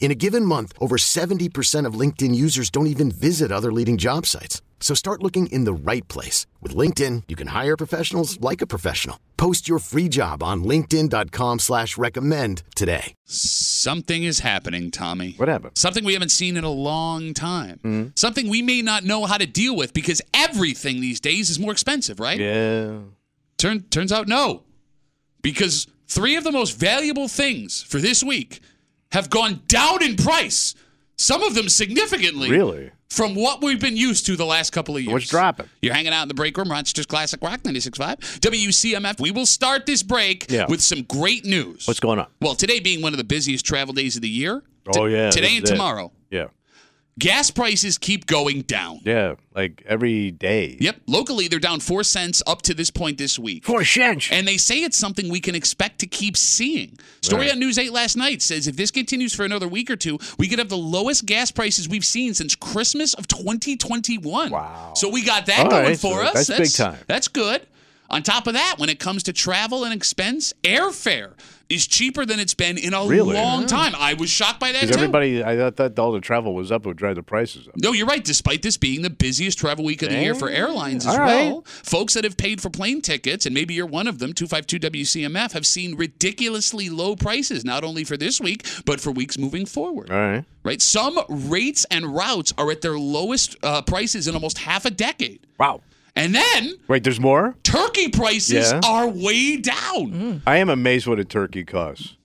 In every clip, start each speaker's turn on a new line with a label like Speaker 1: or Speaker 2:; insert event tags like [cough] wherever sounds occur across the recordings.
Speaker 1: In a given month, over 70% of LinkedIn users don't even visit other leading job sites. So start looking in the right place. With LinkedIn, you can hire professionals like a professional. Post your free job on linkedin.com slash recommend today.
Speaker 2: Something is happening, Tommy.
Speaker 3: What Mm-hmm. happened?
Speaker 2: Something we haven't seen in a long time. Something we may not know how to deal with because everything these days is more expensive, right?
Speaker 3: Yeah.
Speaker 2: Turn, turns out no. Because three of the most valuable things for this week have gone down in price, some of them significantly.
Speaker 3: Really?
Speaker 2: From what we've been used to the last couple of years.
Speaker 3: What's dropping?
Speaker 2: You're hanging out in the break room, Rochester's Classic Rock 96.5, WCMF. We will start this break
Speaker 3: Yeah.
Speaker 2: with some great news.
Speaker 3: What's going on?
Speaker 2: Well, today being one of the busiest travel days of the year. t-
Speaker 3: oh yeah.
Speaker 2: Today
Speaker 3: this
Speaker 2: and
Speaker 3: is it.
Speaker 2: tomorrow,
Speaker 3: Yeah.
Speaker 2: gas prices keep going down.
Speaker 3: Yeah. Like every day.
Speaker 2: Yep. Locally, they're down four cents up to this point this week.
Speaker 3: Four cents.
Speaker 2: And they say it's something we can expect to keep seeing. Story
Speaker 3: Right.
Speaker 2: on News 8 last night says if this continues for another week or two, we could have the lowest gas prices we've seen since Christmas of 2021. Wow. So we got that
Speaker 3: All
Speaker 2: going
Speaker 3: right,
Speaker 2: for
Speaker 3: so
Speaker 2: us.
Speaker 3: that's big time.
Speaker 2: That's good. On top of that, when it comes to travel and expense, airfare is cheaper than it's been in a
Speaker 3: Really?
Speaker 2: long time. I was shocked by that
Speaker 3: Because
Speaker 2: too.
Speaker 3: everybody, I thought that all the travel was up would drive the prices up.
Speaker 2: No, you're right. Despite this being the busiest travel week of the year for airlines as
Speaker 3: All right.
Speaker 2: well, folks that have paid for plane tickets, and maybe you're one of them, 252 WCMF, have seen ridiculously low prices, not only for this week, but for weeks moving forward.
Speaker 3: All right.
Speaker 2: Right? Some rates and routes are at their lowest uh, prices in almost half a decade.
Speaker 3: Wow.
Speaker 2: And then
Speaker 3: Wait, there's more.
Speaker 2: turkey prices
Speaker 3: Yeah. Mm.
Speaker 2: are way down.
Speaker 3: I am amazed what a turkey costs.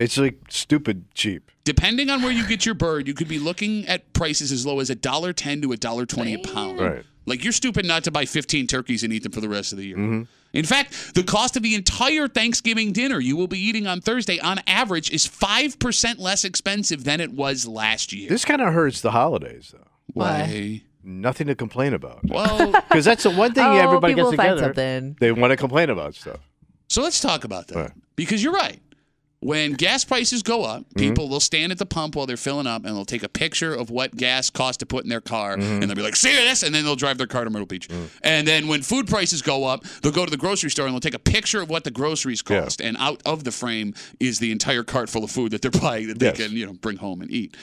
Speaker 3: It's like stupid cheap.
Speaker 2: Depending on where you get your bird, you could be looking at prices as low as $1.10 to $1.20 a pound.
Speaker 4: Mm.
Speaker 3: Right.
Speaker 2: Like you're stupid not to buy 15 turkeys and eat them for the rest of the year. In fact, the cost of the entire Thanksgiving dinner you will be eating on Thursday on average is 5% less expensive than it was last year.
Speaker 3: This kind of hurts the holidays though.
Speaker 2: Why?
Speaker 3: Nothing to complain
Speaker 4: [laughs]
Speaker 3: about.
Speaker 2: Well,
Speaker 3: Because that's the one thing
Speaker 4: Oh,
Speaker 3: everybody gets
Speaker 4: people will find
Speaker 3: together.
Speaker 4: something.
Speaker 3: They want to complain about stuff.
Speaker 2: so let's talk about that.
Speaker 3: Right.
Speaker 2: Because you're right. When gas prices go up,
Speaker 3: Mm-hmm.
Speaker 2: people will stand at the pump while they're filling up and they'll take a picture of what gas costs to put in their car
Speaker 3: Mm-hmm.
Speaker 2: and they'll be like, see this? And then they'll drive their car to Myrtle Beach. And then when food prices go up, they'll go to the grocery store and they'll take a picture of what the groceries
Speaker 3: Yeah.
Speaker 2: cost. And out of the frame is the entire cart full of food that they're [laughs] buying that they
Speaker 3: Yes.
Speaker 2: can, you know, bring home and eat.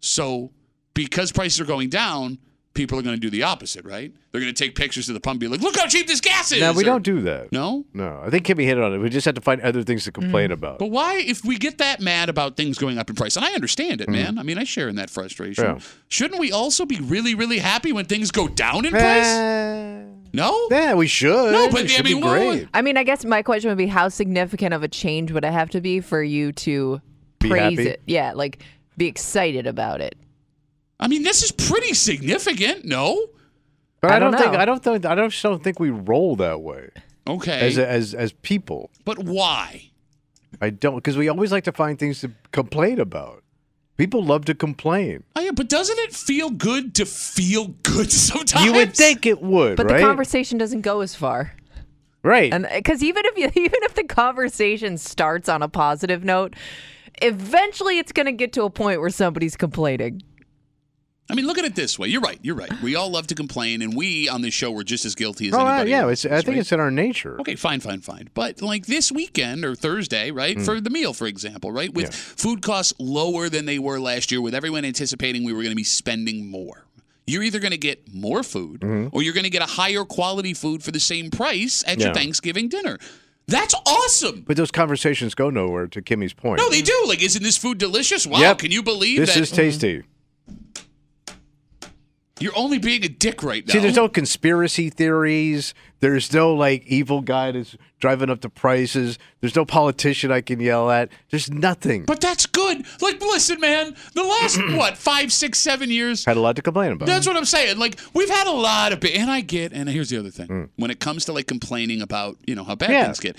Speaker 2: So because prices are going down, people are going to do the opposite, right? They're going to take pictures of the pump and be like, look how cheap this gas is.
Speaker 3: No, we
Speaker 2: or-
Speaker 3: don't do that.
Speaker 2: No?
Speaker 3: No, I think Kimmy hit on it. We just have to find other things to
Speaker 4: Mm.
Speaker 3: complain about.
Speaker 2: But why, if we get that mad about things going up in price, and I understand it, man. I mean, I share in that frustration.
Speaker 3: Hmm. Yeah.
Speaker 2: Shouldn't we also be really, really happy when things go down in price?
Speaker 3: Eh,
Speaker 2: No?
Speaker 3: yeah, we should.
Speaker 2: No, but
Speaker 3: It
Speaker 2: I
Speaker 3: should
Speaker 2: mean,
Speaker 3: be
Speaker 2: what-
Speaker 3: great.
Speaker 4: I mean, I guess my question would be how significant of a change would it have to be for you to
Speaker 3: Be
Speaker 4: praise
Speaker 3: happy?
Speaker 4: it? Yeah, like be excited about it.
Speaker 2: I mean, this is pretty significant, no?
Speaker 3: But I,
Speaker 4: I
Speaker 3: don't,
Speaker 4: don't
Speaker 3: think
Speaker 4: know.
Speaker 3: I don't think I don't, just don't think we roll that way
Speaker 2: Okay.
Speaker 3: as as as people.
Speaker 2: but why?
Speaker 3: I don't because we always like to find things to complain about. People love to complain.
Speaker 2: Oh, yeah, but doesn't it feel good to feel good [laughs] sometimes?
Speaker 3: You would think it would,
Speaker 4: But
Speaker 3: right?
Speaker 4: the conversation doesn't go as far.
Speaker 3: right.
Speaker 4: And because even if you, [laughs] even if the conversation starts on a positive note, eventually it's going to get to a point where somebody's complaining.
Speaker 2: I mean, look at it this way. You're right. You're right. We all love to complain, and we on this show were just as guilty as
Speaker 3: oh, I-
Speaker 2: anybody
Speaker 3: yeah.
Speaker 2: else,
Speaker 3: It's, I think
Speaker 2: right?
Speaker 3: it's in our nature.
Speaker 2: Okay, fine, fine, fine. But like this weekend or Thursday, right? For the meal, for example, right? With
Speaker 3: Hmm. Yeah.
Speaker 2: food costs lower than they were last year, with everyone anticipating we were going to be spending more. You're either going to get more food or you're going to get a higher quality food for the same price at your
Speaker 3: Mm-hmm. Yeah.
Speaker 2: Thanksgiving dinner. That's awesome.
Speaker 3: But those conversations go nowhere. To Kimmy's point.
Speaker 2: No, they do.
Speaker 4: Mm-hmm.
Speaker 2: Like, isn't this food delicious? Wow,
Speaker 3: Yep.
Speaker 2: can you believe
Speaker 3: this
Speaker 2: that?
Speaker 3: is tasty.
Speaker 2: You're only being a dick right now.
Speaker 3: See, there's no conspiracy theories. There's no like evil guy that's driving up the prices. There's no politician I can yell at. There's nothing.
Speaker 2: but that's good. Like, listen, man, the last, [clears throat] what, five, six, seven years,
Speaker 3: Had a lot to complain about.
Speaker 2: That's what I'm saying. Like we've had a lot of, bi- and I get. And here's the other thing: when it comes to like complaining about, you know, how bad
Speaker 3: Mm. Yeah.
Speaker 2: things get,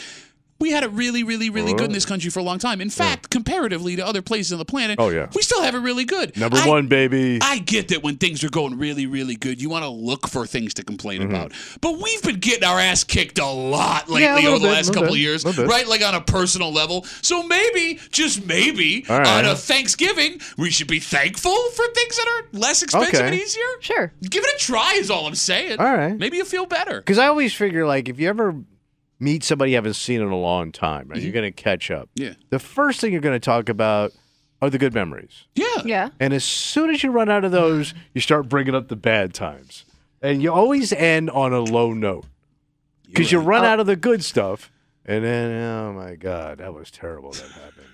Speaker 2: we had it really, really, really good in this country for a long time. In fact, comparatively to other places on the planet,
Speaker 3: Oh, yeah.
Speaker 2: we still have it really good.
Speaker 3: Number
Speaker 2: I-
Speaker 3: one, baby.
Speaker 2: I get that when things are going really, really good, you want to look for things to complain about. But we've been getting our ass kicked a lot lately
Speaker 3: Mm-hmm. Yeah, a little
Speaker 2: over the
Speaker 3: bit,
Speaker 2: last
Speaker 3: little
Speaker 2: couple
Speaker 3: bit,
Speaker 2: years,
Speaker 3: little bit.
Speaker 2: right? Like on a personal level. So maybe, just maybe,
Speaker 3: All right.
Speaker 2: on a Thanksgiving, we should be thankful for things that are less expensive
Speaker 3: Okay.
Speaker 2: and easier.
Speaker 4: Sure.
Speaker 2: Give it a try is all I'm saying.
Speaker 3: All right.
Speaker 2: Maybe you feel better.
Speaker 3: Because I always figure, like, if you ever meet somebody you haven't seen in a long time, right, you're going to catch up.
Speaker 2: Mm-hmm. Yeah.
Speaker 3: The first thing you're going to talk about are the good memories.
Speaker 2: Yeah.
Speaker 4: Yeah.
Speaker 3: And as soon as you run out of those, you start bringing up the bad times. And you always end on a low note because you
Speaker 2: Oh.
Speaker 3: run out of the good stuff. And then, oh my God, that was terrible that happened.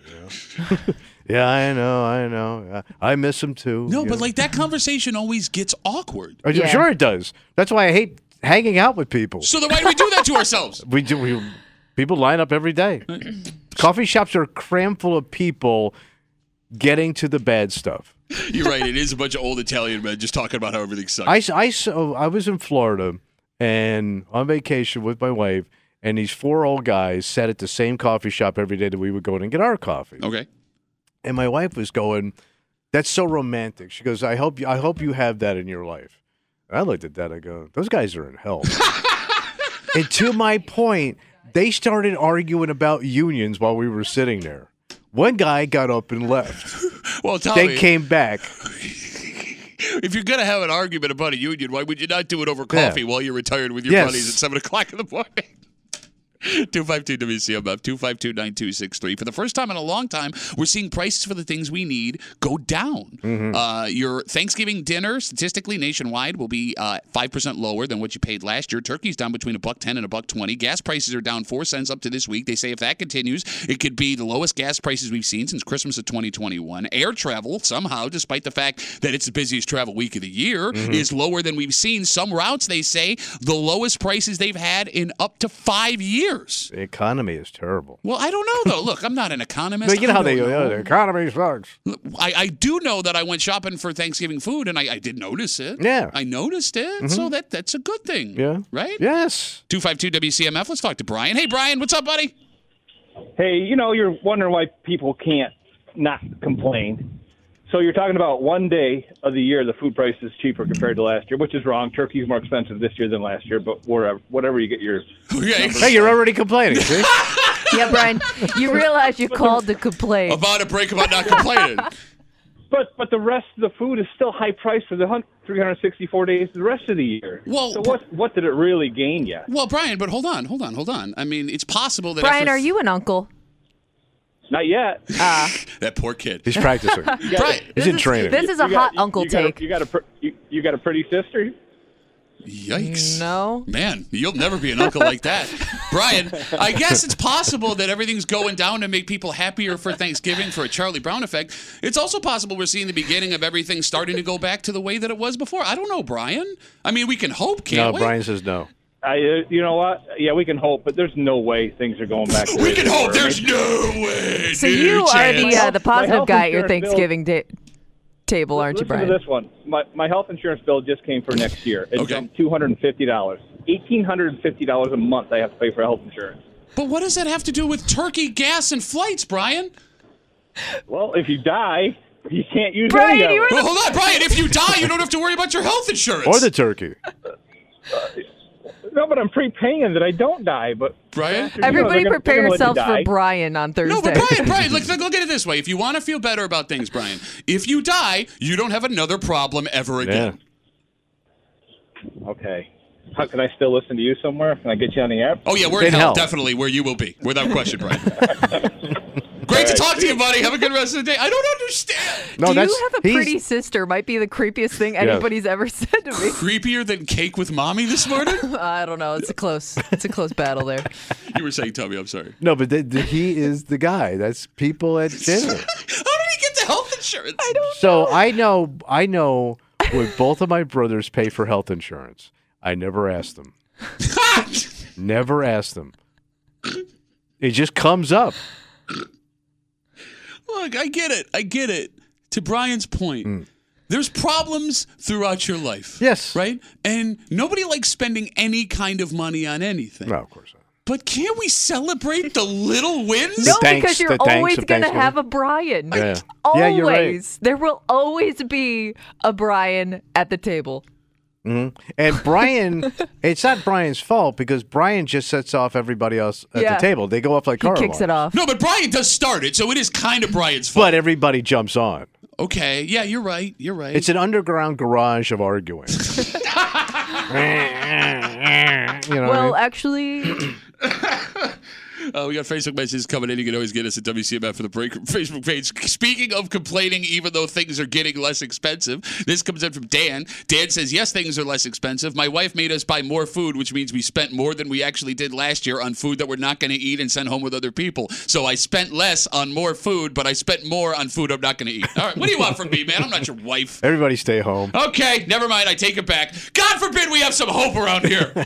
Speaker 2: [laughs]
Speaker 3: You know? yeah, I know, I know. I, I miss them too.
Speaker 2: No,
Speaker 3: you
Speaker 2: but
Speaker 3: know.
Speaker 2: like that conversation always gets awkward.
Speaker 3: I'm
Speaker 4: Yeah.
Speaker 3: sure it does. That's why I hate hanging out with people.
Speaker 2: So then why do we do that to ourselves?
Speaker 3: We do. We people line up every
Speaker 2: [clears throat]
Speaker 3: day. Coffee shops are crammed full of people getting to the bad stuff.
Speaker 2: [laughs] You're right. It is a bunch of old Italian men just talking about how everything sucks.
Speaker 3: I s- I s- oh, I was in Florida and on vacation with my wife, and these four old guys sat at the same coffee shop every day that we would go in and get our coffee.
Speaker 2: okay.
Speaker 3: And my wife was going, "That's so romantic." She goes, "I hope you, I hope you have that in your life." And I looked at that. I go, "Those guys are in hell." and to my point, they started arguing about unions while we were sitting there. One guy got up and left.
Speaker 2: Well, tell
Speaker 3: They
Speaker 2: me,
Speaker 3: came back.
Speaker 2: if you're going to have an argument about a union, why would you not do it over
Speaker 3: Yeah.
Speaker 2: coffee while you're retired with your
Speaker 3: Yes.
Speaker 2: buddies at 7 o'clock in the morning? [laughs] 252 WCMF, 252 9263. For the first time in a long time, we're seeing prices for the things we need go down.
Speaker 3: Mm-hmm.
Speaker 2: Uh, your Thanksgiving dinner, statistically nationwide, will be uh, 5% lower than what you paid last year. Turkey's down between a buck 10 and a buck 20. Gas prices are down 4 cents up to this week. They say if that continues, it could be the lowest gas prices we've seen since Christmas of 2021. Air travel, somehow, despite the fact that it's the busiest travel week of the year,
Speaker 3: Mm-hmm.
Speaker 2: is lower than we've seen. Some routes, they say, the lowest prices they've had in up to five years.
Speaker 3: The economy is terrible.
Speaker 2: Well, I don't know though. Look, I'm not an economist.
Speaker 3: But you know
Speaker 2: I
Speaker 3: how they
Speaker 2: don't
Speaker 3: oh, the economy sucks.
Speaker 2: Look, I, I do know that I went shopping for Thanksgiving food and I, I did notice it.
Speaker 3: Yeah. Mm-hmm.
Speaker 2: I noticed it. So that that's a good thing.
Speaker 3: Yeah.
Speaker 2: Right?
Speaker 3: Yes.
Speaker 2: 252 WCMF. Let's talk to Brian. Hey, Brian, what's up, buddy? [laughs]
Speaker 5: hey, you know, you're wondering why people can't not complain. So you're talking about one day of the year the food price is cheaper compared to last year, which is wrong. Turkey's more expensive this year than last year, but wherever, whatever you get your
Speaker 2: Okay.
Speaker 3: Hey, you're already complaining. See?
Speaker 4: Yeah, Brian, you realize you called to complain.
Speaker 2: About a break about not complaining.
Speaker 5: But but the rest of the food is still high priced for the hun- 364 days the rest of the year.
Speaker 2: Well,
Speaker 5: so what what did it really gain you?
Speaker 2: [laughs] well, Brian, but hold on, hold on, hold on. I mean, it's possible that
Speaker 4: Brian,
Speaker 2: after-
Speaker 4: are you an uncle?
Speaker 5: Not yet.
Speaker 4: [laughs]
Speaker 2: that poor kid.
Speaker 3: [laughs] He's practicing.
Speaker 2: Brian,
Speaker 3: He's
Speaker 4: This
Speaker 3: in
Speaker 4: is-
Speaker 3: training.
Speaker 4: This is a
Speaker 5: You got-
Speaker 4: hot
Speaker 5: you-
Speaker 4: uncle
Speaker 5: you got a-
Speaker 4: take.
Speaker 5: you got a pr- you, you got a pretty sister.
Speaker 2: yikes.
Speaker 4: No.
Speaker 2: Man, you'll never be an uncle like
Speaker 4: [laughs]
Speaker 2: that. Brian, I guess it's possible that everything's going down to make people happier for Thanksgiving for a Charlie Brown effect. It's also possible we're seeing the beginning of everything starting to go back to the way that it was before. I don't know, Brian. I mean, we can hope,
Speaker 3: no,
Speaker 2: can't we?
Speaker 3: Brian says no.
Speaker 5: I uh, you know what? Yeah, we can hope, but there's no way things are
Speaker 2: [laughs]
Speaker 5: going back. To
Speaker 2: We can hope. There's no way.
Speaker 4: So
Speaker 2: dude,
Speaker 4: you are the
Speaker 2: chance.
Speaker 4: uh, the
Speaker 5: My
Speaker 4: positive
Speaker 5: health
Speaker 4: guy at your
Speaker 5: insurance bill-
Speaker 4: Thanksgiving da- table, aren't you,
Speaker 5: Listen
Speaker 4: Brian?
Speaker 5: to this one. My, my health insurance bill just came for next year. It's
Speaker 2: Okay.
Speaker 5: two hundred and fifty dollars. Eighteen hundred and fifty dollars a month I have to pay for health insurance.
Speaker 4: uh,
Speaker 2: But what does that have to do with turkey, gas, and flights, Brian?
Speaker 5: Well, if you die, you can't use
Speaker 4: Brian,
Speaker 5: any of
Speaker 4: you
Speaker 5: it.
Speaker 4: were
Speaker 2: Well, hold on, Brian. If you die, you don't have to worry about your health insurance.
Speaker 3: Or the turkey.
Speaker 5: No, but I'm prepaying that I don't die. But
Speaker 2: Brian.
Speaker 5: You
Speaker 4: Everybody
Speaker 5: know, they're gonna-
Speaker 4: prepare
Speaker 5: they're gonna let
Speaker 4: yourselves
Speaker 5: you
Speaker 4: for
Speaker 5: die.
Speaker 4: Brian on Thursday.
Speaker 2: No, but
Speaker 4: [laughs]
Speaker 2: Brian, Brian, look, look, look at it this way. If you want to feel better about things, Brian, if you die, you don't have another problem ever
Speaker 3: Yeah.
Speaker 2: again.
Speaker 5: Okay. How can I still listen to you somewhere? Can I get you on the app?
Speaker 2: Oh, yeah, we're in,
Speaker 3: In
Speaker 2: hell,
Speaker 3: hell.
Speaker 2: definitely, where you will be, without question, Brian. Great to talk to you, buddy. Have a good rest of the day. I don't understand.
Speaker 3: No,
Speaker 4: Do
Speaker 3: that's
Speaker 4: you have a
Speaker 3: he's-
Speaker 4: pretty sister? Might be the creepiest thing anybody's ever [laughs] said
Speaker 3: [laughs]
Speaker 4: to me.
Speaker 2: Creepier than cake with mommy this morning?
Speaker 4: I don't know. It's a close. It's a close battle there.
Speaker 2: You were saying, Tommy, I'm sorry. [laughs]
Speaker 3: No, but th- th- he is the guy. That's
Speaker 4: [laughs]
Speaker 3: people at dinner.
Speaker 2: How did he get the health insurance? I
Speaker 3: So I know, I know would both of my brothers pay for health insurance? I never asked them.
Speaker 2: [laughs]
Speaker 3: [laughs] never asked them. It just comes up.
Speaker 2: Look, I get it. I get it. To Brian's point, there's problems throughout your life.
Speaker 3: Mm. Yes.
Speaker 2: Right? And nobody likes spending any kind of money on anything.
Speaker 3: No, of course not.
Speaker 2: But can't we celebrate the little wins?
Speaker 4: No,
Speaker 3: thanks-
Speaker 4: because you're
Speaker 3: the thanks
Speaker 4: always
Speaker 3: of
Speaker 4: going to
Speaker 3: Thanksgiving.
Speaker 4: have a Brian.
Speaker 3: Yeah.
Speaker 4: Always.
Speaker 3: Yeah, you're right.
Speaker 4: There will always be a Brian at the table.
Speaker 3: And
Speaker 4: [laughs]
Speaker 3: Brian, it's not Brian's fault because Brian just sets off everybody else at
Speaker 4: Yeah.
Speaker 3: the table. They go off like
Speaker 4: He
Speaker 3: car
Speaker 4: kicks it
Speaker 3: alarms.
Speaker 4: off.
Speaker 2: No, but Brian does start it, so it is kind of Brian's fault.
Speaker 3: But everybody jumps on.
Speaker 2: okay, yeah, you're right. You're right.
Speaker 3: It's an underground garage of arguing. you know,
Speaker 4: well,
Speaker 3: what
Speaker 4: actually,
Speaker 2: Uh, we got Facebook messages coming in. You can always get us at WCMF for the break Facebook page. Speaking of complaining, even though things are getting less expensive, this comes in from Dan. Dan says, "Yes, things are less expensive. My wife made us buy more food, which means we spent more than we actually did last year on food that we're not going to eat and send home with other people. So I spent less on more food, but I spent more on food I'm not going to eat. All right, what do you want from me, man? I'm not your wife."
Speaker 3: I mean? everybody stay home.
Speaker 2: Okay, never mind. I take it back. God forbid we have some hope around here.